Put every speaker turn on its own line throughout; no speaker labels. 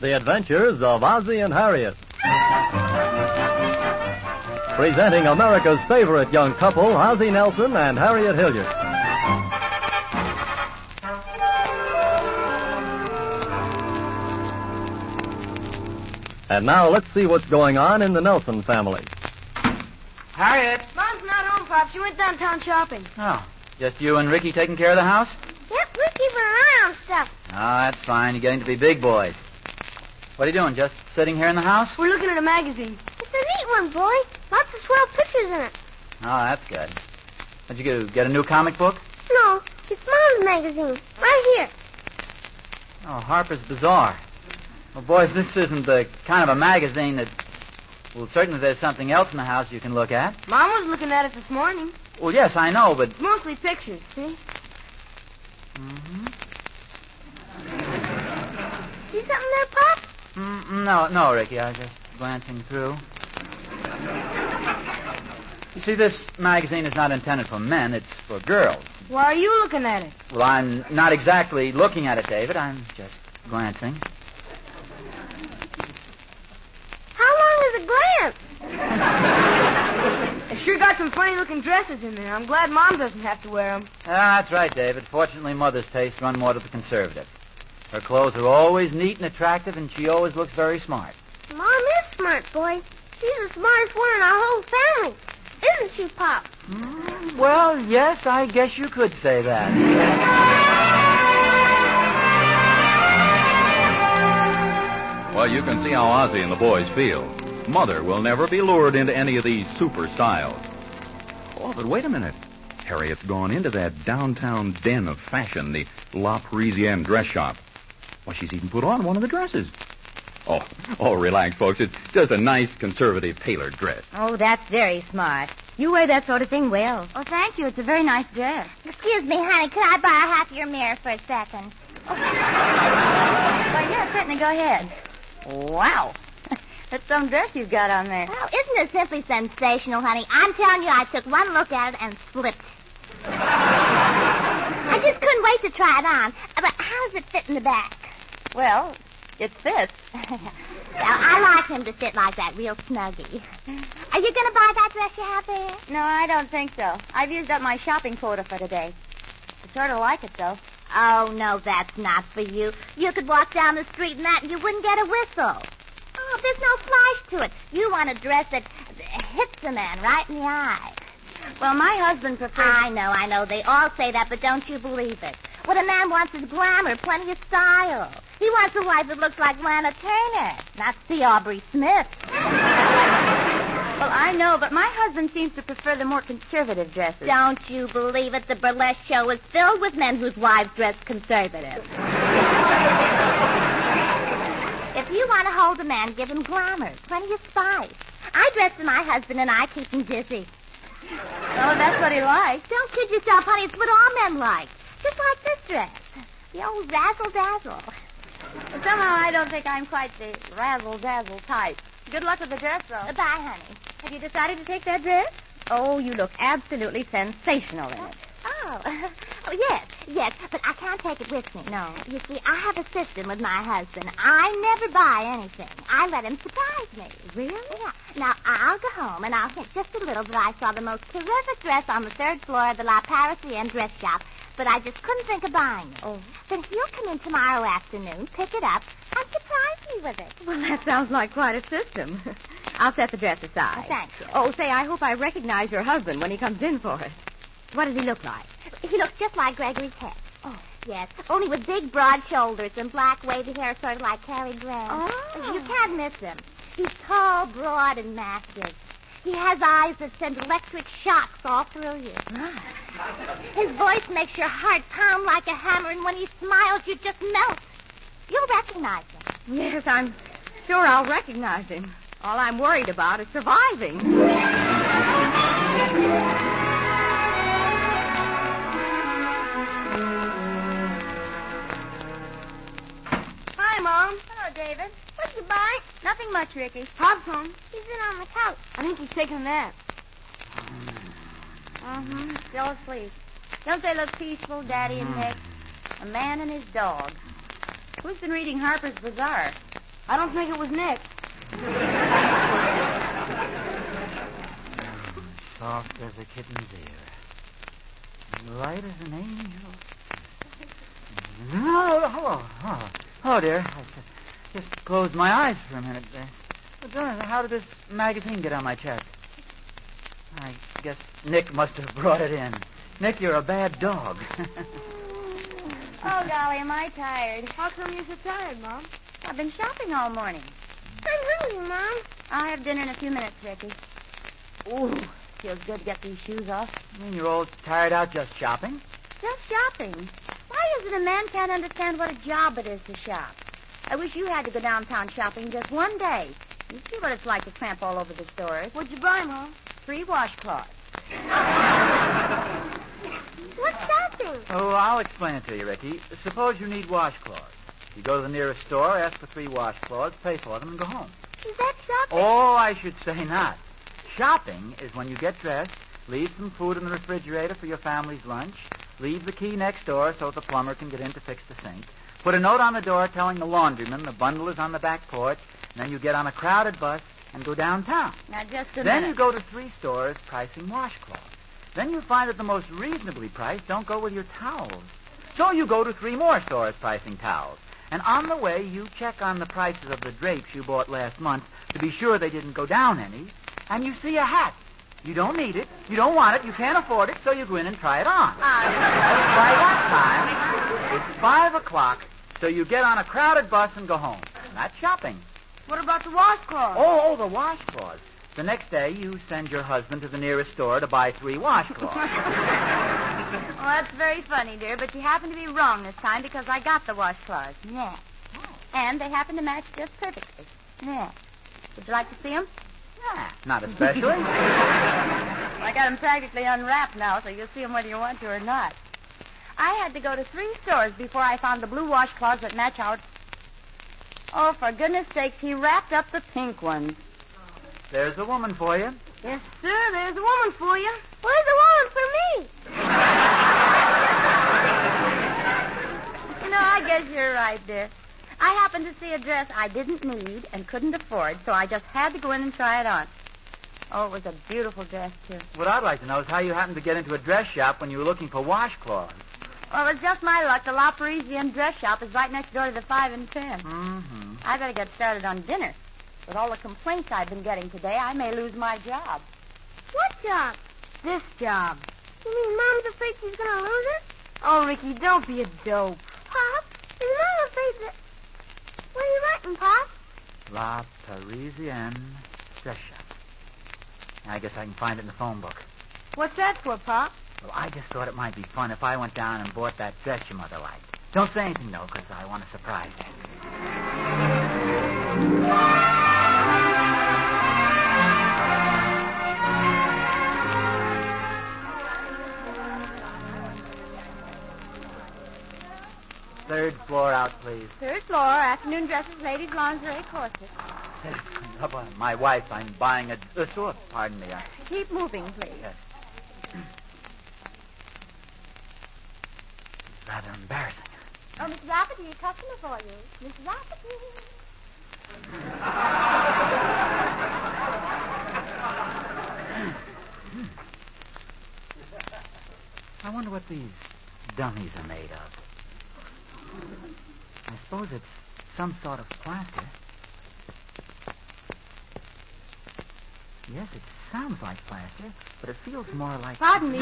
The Adventures of Ozzie and Harriet. Presenting America's favorite young couple, Ozzie Nelson and Harriet Hilliard. And now let's see what's going on in the Nelson family.
Harriet. Mom's not home, Pop. She went downtown shopping.
Oh, just you and Ricky taking care of the house?
Yep, we're keeping an eye on stuff.
Oh, that's fine. You're getting to be big boys. What are you doing? Just sitting here in the house? Oh,
We're looking at a magazine. It's a neat one, boy. Lots of swell pictures in it.
that's good. Did you get, get a new comic book?
No, it's Mom's magazine. Right here.
Oh, Harper's Bazaar. Well, boys, this isn't the kind of a magazine that. Well, certainly there's something else in the house you can look at.
Mom was looking at it this morning.
Well, yes, I know, but.
Mostly pictures, see? Mm-hmm. See something there, Pop?
Mm, no, no, Ricky. I was just glancing through. You see, this magazine is not intended for men, it's for girls.
Why are you looking at it?
Well, I'm not exactly looking at it, David. I'm just glancing.
How long is a glance? I sure got some funny looking dresses in there. I'm glad Mom doesn't have to wear them.
Ah, that's right, David. Fortunately, Mother's tastes run more to the conservative. Her clothes are always neat and attractive, and she always looks very smart.
Mom is smart, boy. She's the smartest one in our whole family. Isn't she, Pop?
Well, yes, I guess you could say that.
Well, you can see how Ozzy and the boys feel. Mother will never be lured into any of these super styles. Oh, but wait a minute. Harriet's gone into that downtown den of fashion, the La Parisienne dress shop. Well, she's even put on one of the dresses. Oh, oh, relax, folks. It's just a nice conservative tailored dress.
Oh, that's very smart. You wear that sort of thing well.
Oh, thank you. It's a very nice dress. Excuse me, honey. Could I borrow half your mirror for a second?
Why, yeah, certainly. Go ahead. Wow. That's some dress you've got on there.
Oh, isn't it simply sensational, honey? I'm telling you, I took one look at it and flipped. I just couldn't wait to try it on. But how does it fit in the back?
Well, it fits.
Well, I like him to sit like that, real snuggy. Are you going to buy that dress you have there?
No, I don't think so. I've used up my shopping quota for today. I sort of like it, though.
Oh, no, that's not for you. You could walk down the street in that and you wouldn't get a whistle. Oh, there's no flash to it. You want a dress that that hits a man right in the eye.
Well, my husband prefers...
I know, I know. They all say that, but don't you believe it? What a man wants is glamour, plenty of style. He wants a wife that looks like Lana Turner, not C. Aubrey Smith.
Well, I know, but my husband seems to prefer the more conservative dresses.
Don't you believe it? The burlesque show is filled with men whose wives dress conservative. if you want to hold a man, give him glamour, plenty of spice. I dress for my husband and I keep him busy.
Oh, that's what he likes.
Don't kid yourself, honey. It's what all men like. Just like this dress. The old razzle dazzle.
But somehow I don't think I'm quite the razzle-dazzle type. Good luck with the dress, though.
Bye, honey.
Have you decided to take that dress? Oh, you look absolutely sensational in it.
Oh. oh, yes, yes, but I can't take it with me.
No.
You see, I have a system with my husband. I never buy anything. I let him surprise me. Really? Yeah. Now, I'll go home and I'll hint just a little that I saw the most terrific dress on the third floor of the La Parisienne dress shop. but I just couldn't think of buying it. Oh. Then he'll come in tomorrow afternoon, pick it up, and surprise me with it.
Well, that sounds like quite a system. I'll set the dress aside.
Thank you.
Oh, say, I hope I recognize your husband when he comes in for it. What does he look like?
He looks just like Gregory's head. Oh. Yes, only with big, broad shoulders and black, wavy hair, sort of like Cary Grant.
Oh.
You can't miss him. He's tall, broad, and massive. He has eyes that send electric shocks all through you. His voice makes your heart pound like a hammer, and when he smiles, you just melt. You'll recognize him.
Yes, I'm sure I'll recognize him. All I'm worried about is surviving.
Hi, Mom.
Hello, David.
What'd you buy?
Nothing much, Ricky.
Pop's home. He's in on the couch.
I think he's taking a nap. Mm-hmm.
Still asleep. Don't they look peaceful, Daddy and Nick? A man and his dog.
Who's been reading Harper's Bazaar? I don't think it was Nick.
Soft as a kitten's ear. and Light as an angel. No, hello. Oh, oh dear. I ju- just closed my eyes for a minute there. Well, Jonas, how did this magazine get on my chest? I guess Nick must have brought it in. Nick, you're a bad dog.
Oh, golly, am I tired.
How come you're so tired, Mom?
I've been shopping all morning.
I'm hungry, Mom.
I'll have dinner in a few minutes, Ricky. Ooh, feels good to get these shoes off.
you mean you're all tired out just shopping?
Just shopping. Why is it a man can't understand what a job it is to shop? I wish you had to go downtown shopping just one day. You see what it's like to tramp all over the stores.
What'd you buy, Mom?
Free washcloths.
What's that thing?
Oh, I'll explain it to you, Ricky. Suppose you need washcloths. You go to the nearest store, ask for three washcloths, pay for them, and go home.
Is that shopping?
Oh, I should say not. Shopping is when you get dressed, leave some food in the refrigerator for your family's lunch, leave the key next door so the plumber can get in to fix the sink, put a note on the door telling the laundryman the bundle is on the back porch, and then you get on a crowded bus and go downtown.
Now, just a
Then
minute.
you go to three stores pricing washcloths. Then you find that the most reasonably priced don't go with your towels. So you go to three more stores pricing towels. And on the way, you check on the prices of the drapes you bought last month to be sure they didn't go down any. And you see a hat. You don't need it. You don't want it. You can't afford it. So you go in and try it on. By that time, it's five o'clock. So you get on a crowded bus and go home. Not shopping.
What about the washcloth?
Oh, oh, the washcloths. The next day, you send your husband to the nearest store to buy three washcloths.
Well, that's very funny, dear, but you happen to be wrong this time because I got the washcloths. Yeah. And they happen to match just perfectly. Yeah. Would you like to see them?
Ah, Not especially.
I got them practically unwrapped now, so you'll see them whether you want to or not. I had to go to three stores before I found the blue washcloths that match our. Oh, for goodness sakes, he wrapped up the pink ones.
There's a woman for you.
Yes, sir, there's a woman for you.
Where's the woman for me?
No, I guess you're right, dear. I happened to see a dress I didn't need and couldn't afford, so I just had to go in and try it on. Oh, it was a beautiful dress, too.
What I'd like to know is how you happened to get into a dress shop when you were looking for washcloths.
Well, it was just my luck. The La Parisienne dress shop is right next door to the 5 and 10.
Mm-hmm.
I better get started on dinner. With all the complaints I've been getting today, I may lose my job.
What job?
This job.
You mean Mom's afraid she's gonna lose it?
Oh, Ricky, don't be a dope.
Pop, is Mom afraid that... What are you writing, Pop?
La Parisienne dress shop. I guess I can find it in the phone book.
What's that for, Pop?
Well, I just thought it might be fun if I went down and bought that dress your mother liked. Don't say anything, though, because I want to surprise you. Third floor out, please.
Third floor, afternoon dresses, ladies' lingerie courses.
My wife, I'm buying a... Uh, sure, pardon me. I-
Keep moving, please.
It's rather embarrassing.
Oh, Miss Rafferty, a customer for you. Miss Rafferty.
I wonder what these dummies are made of. I suppose it's some sort of plaster. Yes, it sounds like plaster, but it feels more like.
Pardon me.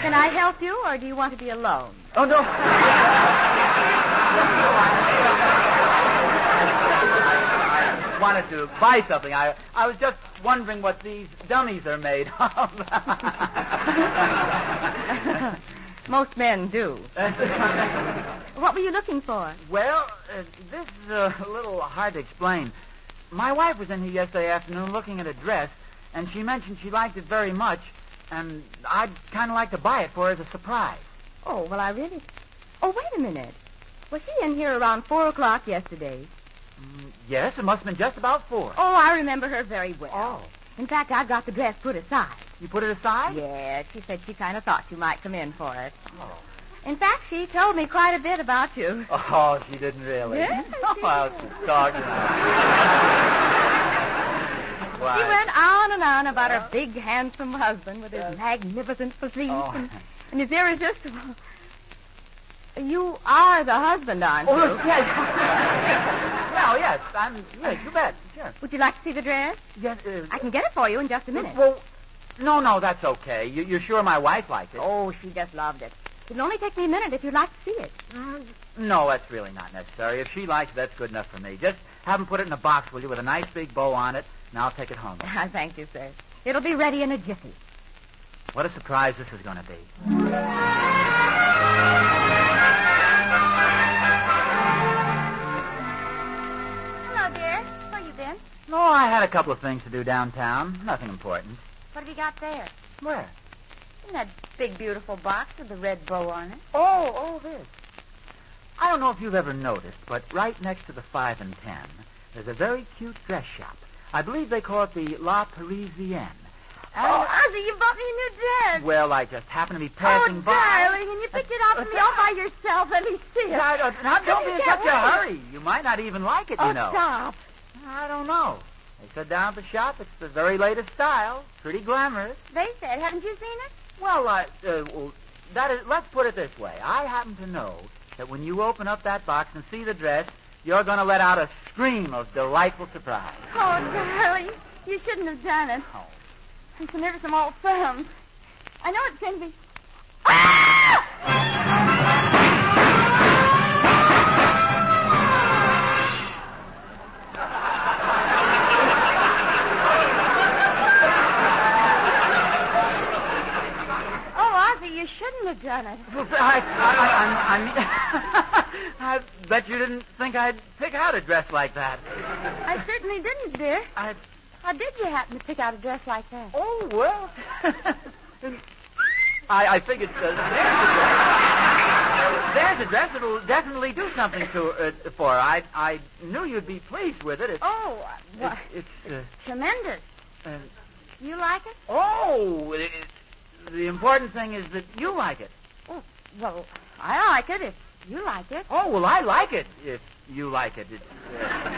Can I help you, or do you want to be alone?
Oh, no. I wanted to buy something. I, I was just wondering what these dummies are made of.
Most men do. What were you looking for?
well, uh, this is a little hard to explain. My wife was in here yesterday afternoon looking at a dress, and she mentioned she liked it very much, and I'd kind of like to buy it for her as a surprise.
Oh, well, I really. Oh, wait a minute. Was he in here around four o'clock yesterday?
Mm, Yes, it must have been just about four.
Oh, I remember her very well.
Oh.
In fact, I've got the dress put aside.
You put it aside?
Yes, she said she kind of thought you might come in for it.
Oh.
In fact, she told me quite a bit about you.
Oh, she didn't really.
Yes, she
oh, she's talking.
She
Why?
went on and on about her big, handsome husband with his magnificent physique
Oh.
and, and his irresistible. You are the husband, aren't you?
Oh, yes. well, yes, I'm. Yes, you bet. Sure.
Would you like to see the dress?
Yes. Uh,
I can get it for you in just a minute.
Well, no, no, that's okay. You, you're sure my wife liked it?
Oh, she just loved it. It'll only take me a minute if you'd like to see it.
Mm, No, that's really not necessary. If she likes it, that's good enough for me. Just have them put it in a box, will you, with a nice big bow on it, and I'll take it home.
I Ah, thank you, sir. It'll be ready in a jiffy.
What a surprise this is going to be.
Hello, dear. Where you been?
No, I had a couple of things to do downtown. Nothing important.
What have you got there?
Where?
In that big, beautiful box with the red bow on it.
Oh, oh, this. I don't know if you've ever noticed, but right next to the five and ten, there's a very cute dress shop. I believe they call it the La Parisienne.
Oh,
And,
Ozzy, you bought me a new dress.
well, I just happened to be passing
Oh,
by.
darling, and you picked it out for me all by yourself. Let me see it.
I don't- now, don't be in
Can't
such a
wait.
hurry. You might not even like it,
Oh,
you know.
stop.
I don't know. They said down at the shop it's the very latest style. Pretty glamorous.
They said, haven't you seen it?
Well, I, uh, well, that is, let's put it this way. I happen to know that when you open up that box and see the dress, you're going to let out a scream of delightful surprise.
Oh, darling, you shouldn't have done it.
Oh.
I'm so nervous I'm all thumbs. I know it's going to be... Ah!
Oh, Ozzy, you shouldn't have done it.
Well, I, I, I, I, I, mean, I bet you didn't think I'd pick out a dress like that.
I certainly didn't, dear.
I,
How did you happen to pick out a dress like that?
oh, well. I, I think it's. Uh, there's, a dress. there's a dress that'll definitely do something to uh, for her. I, I knew you'd be pleased with it. It's,
Oh, uh, well,
it's, it's
tremendous.
uh, uh,
You like it?
Oh, it, it- the important thing is that you like it.
Oh, well, I like it if you like it.
Oh, well, I like it if you like it. It's, uh,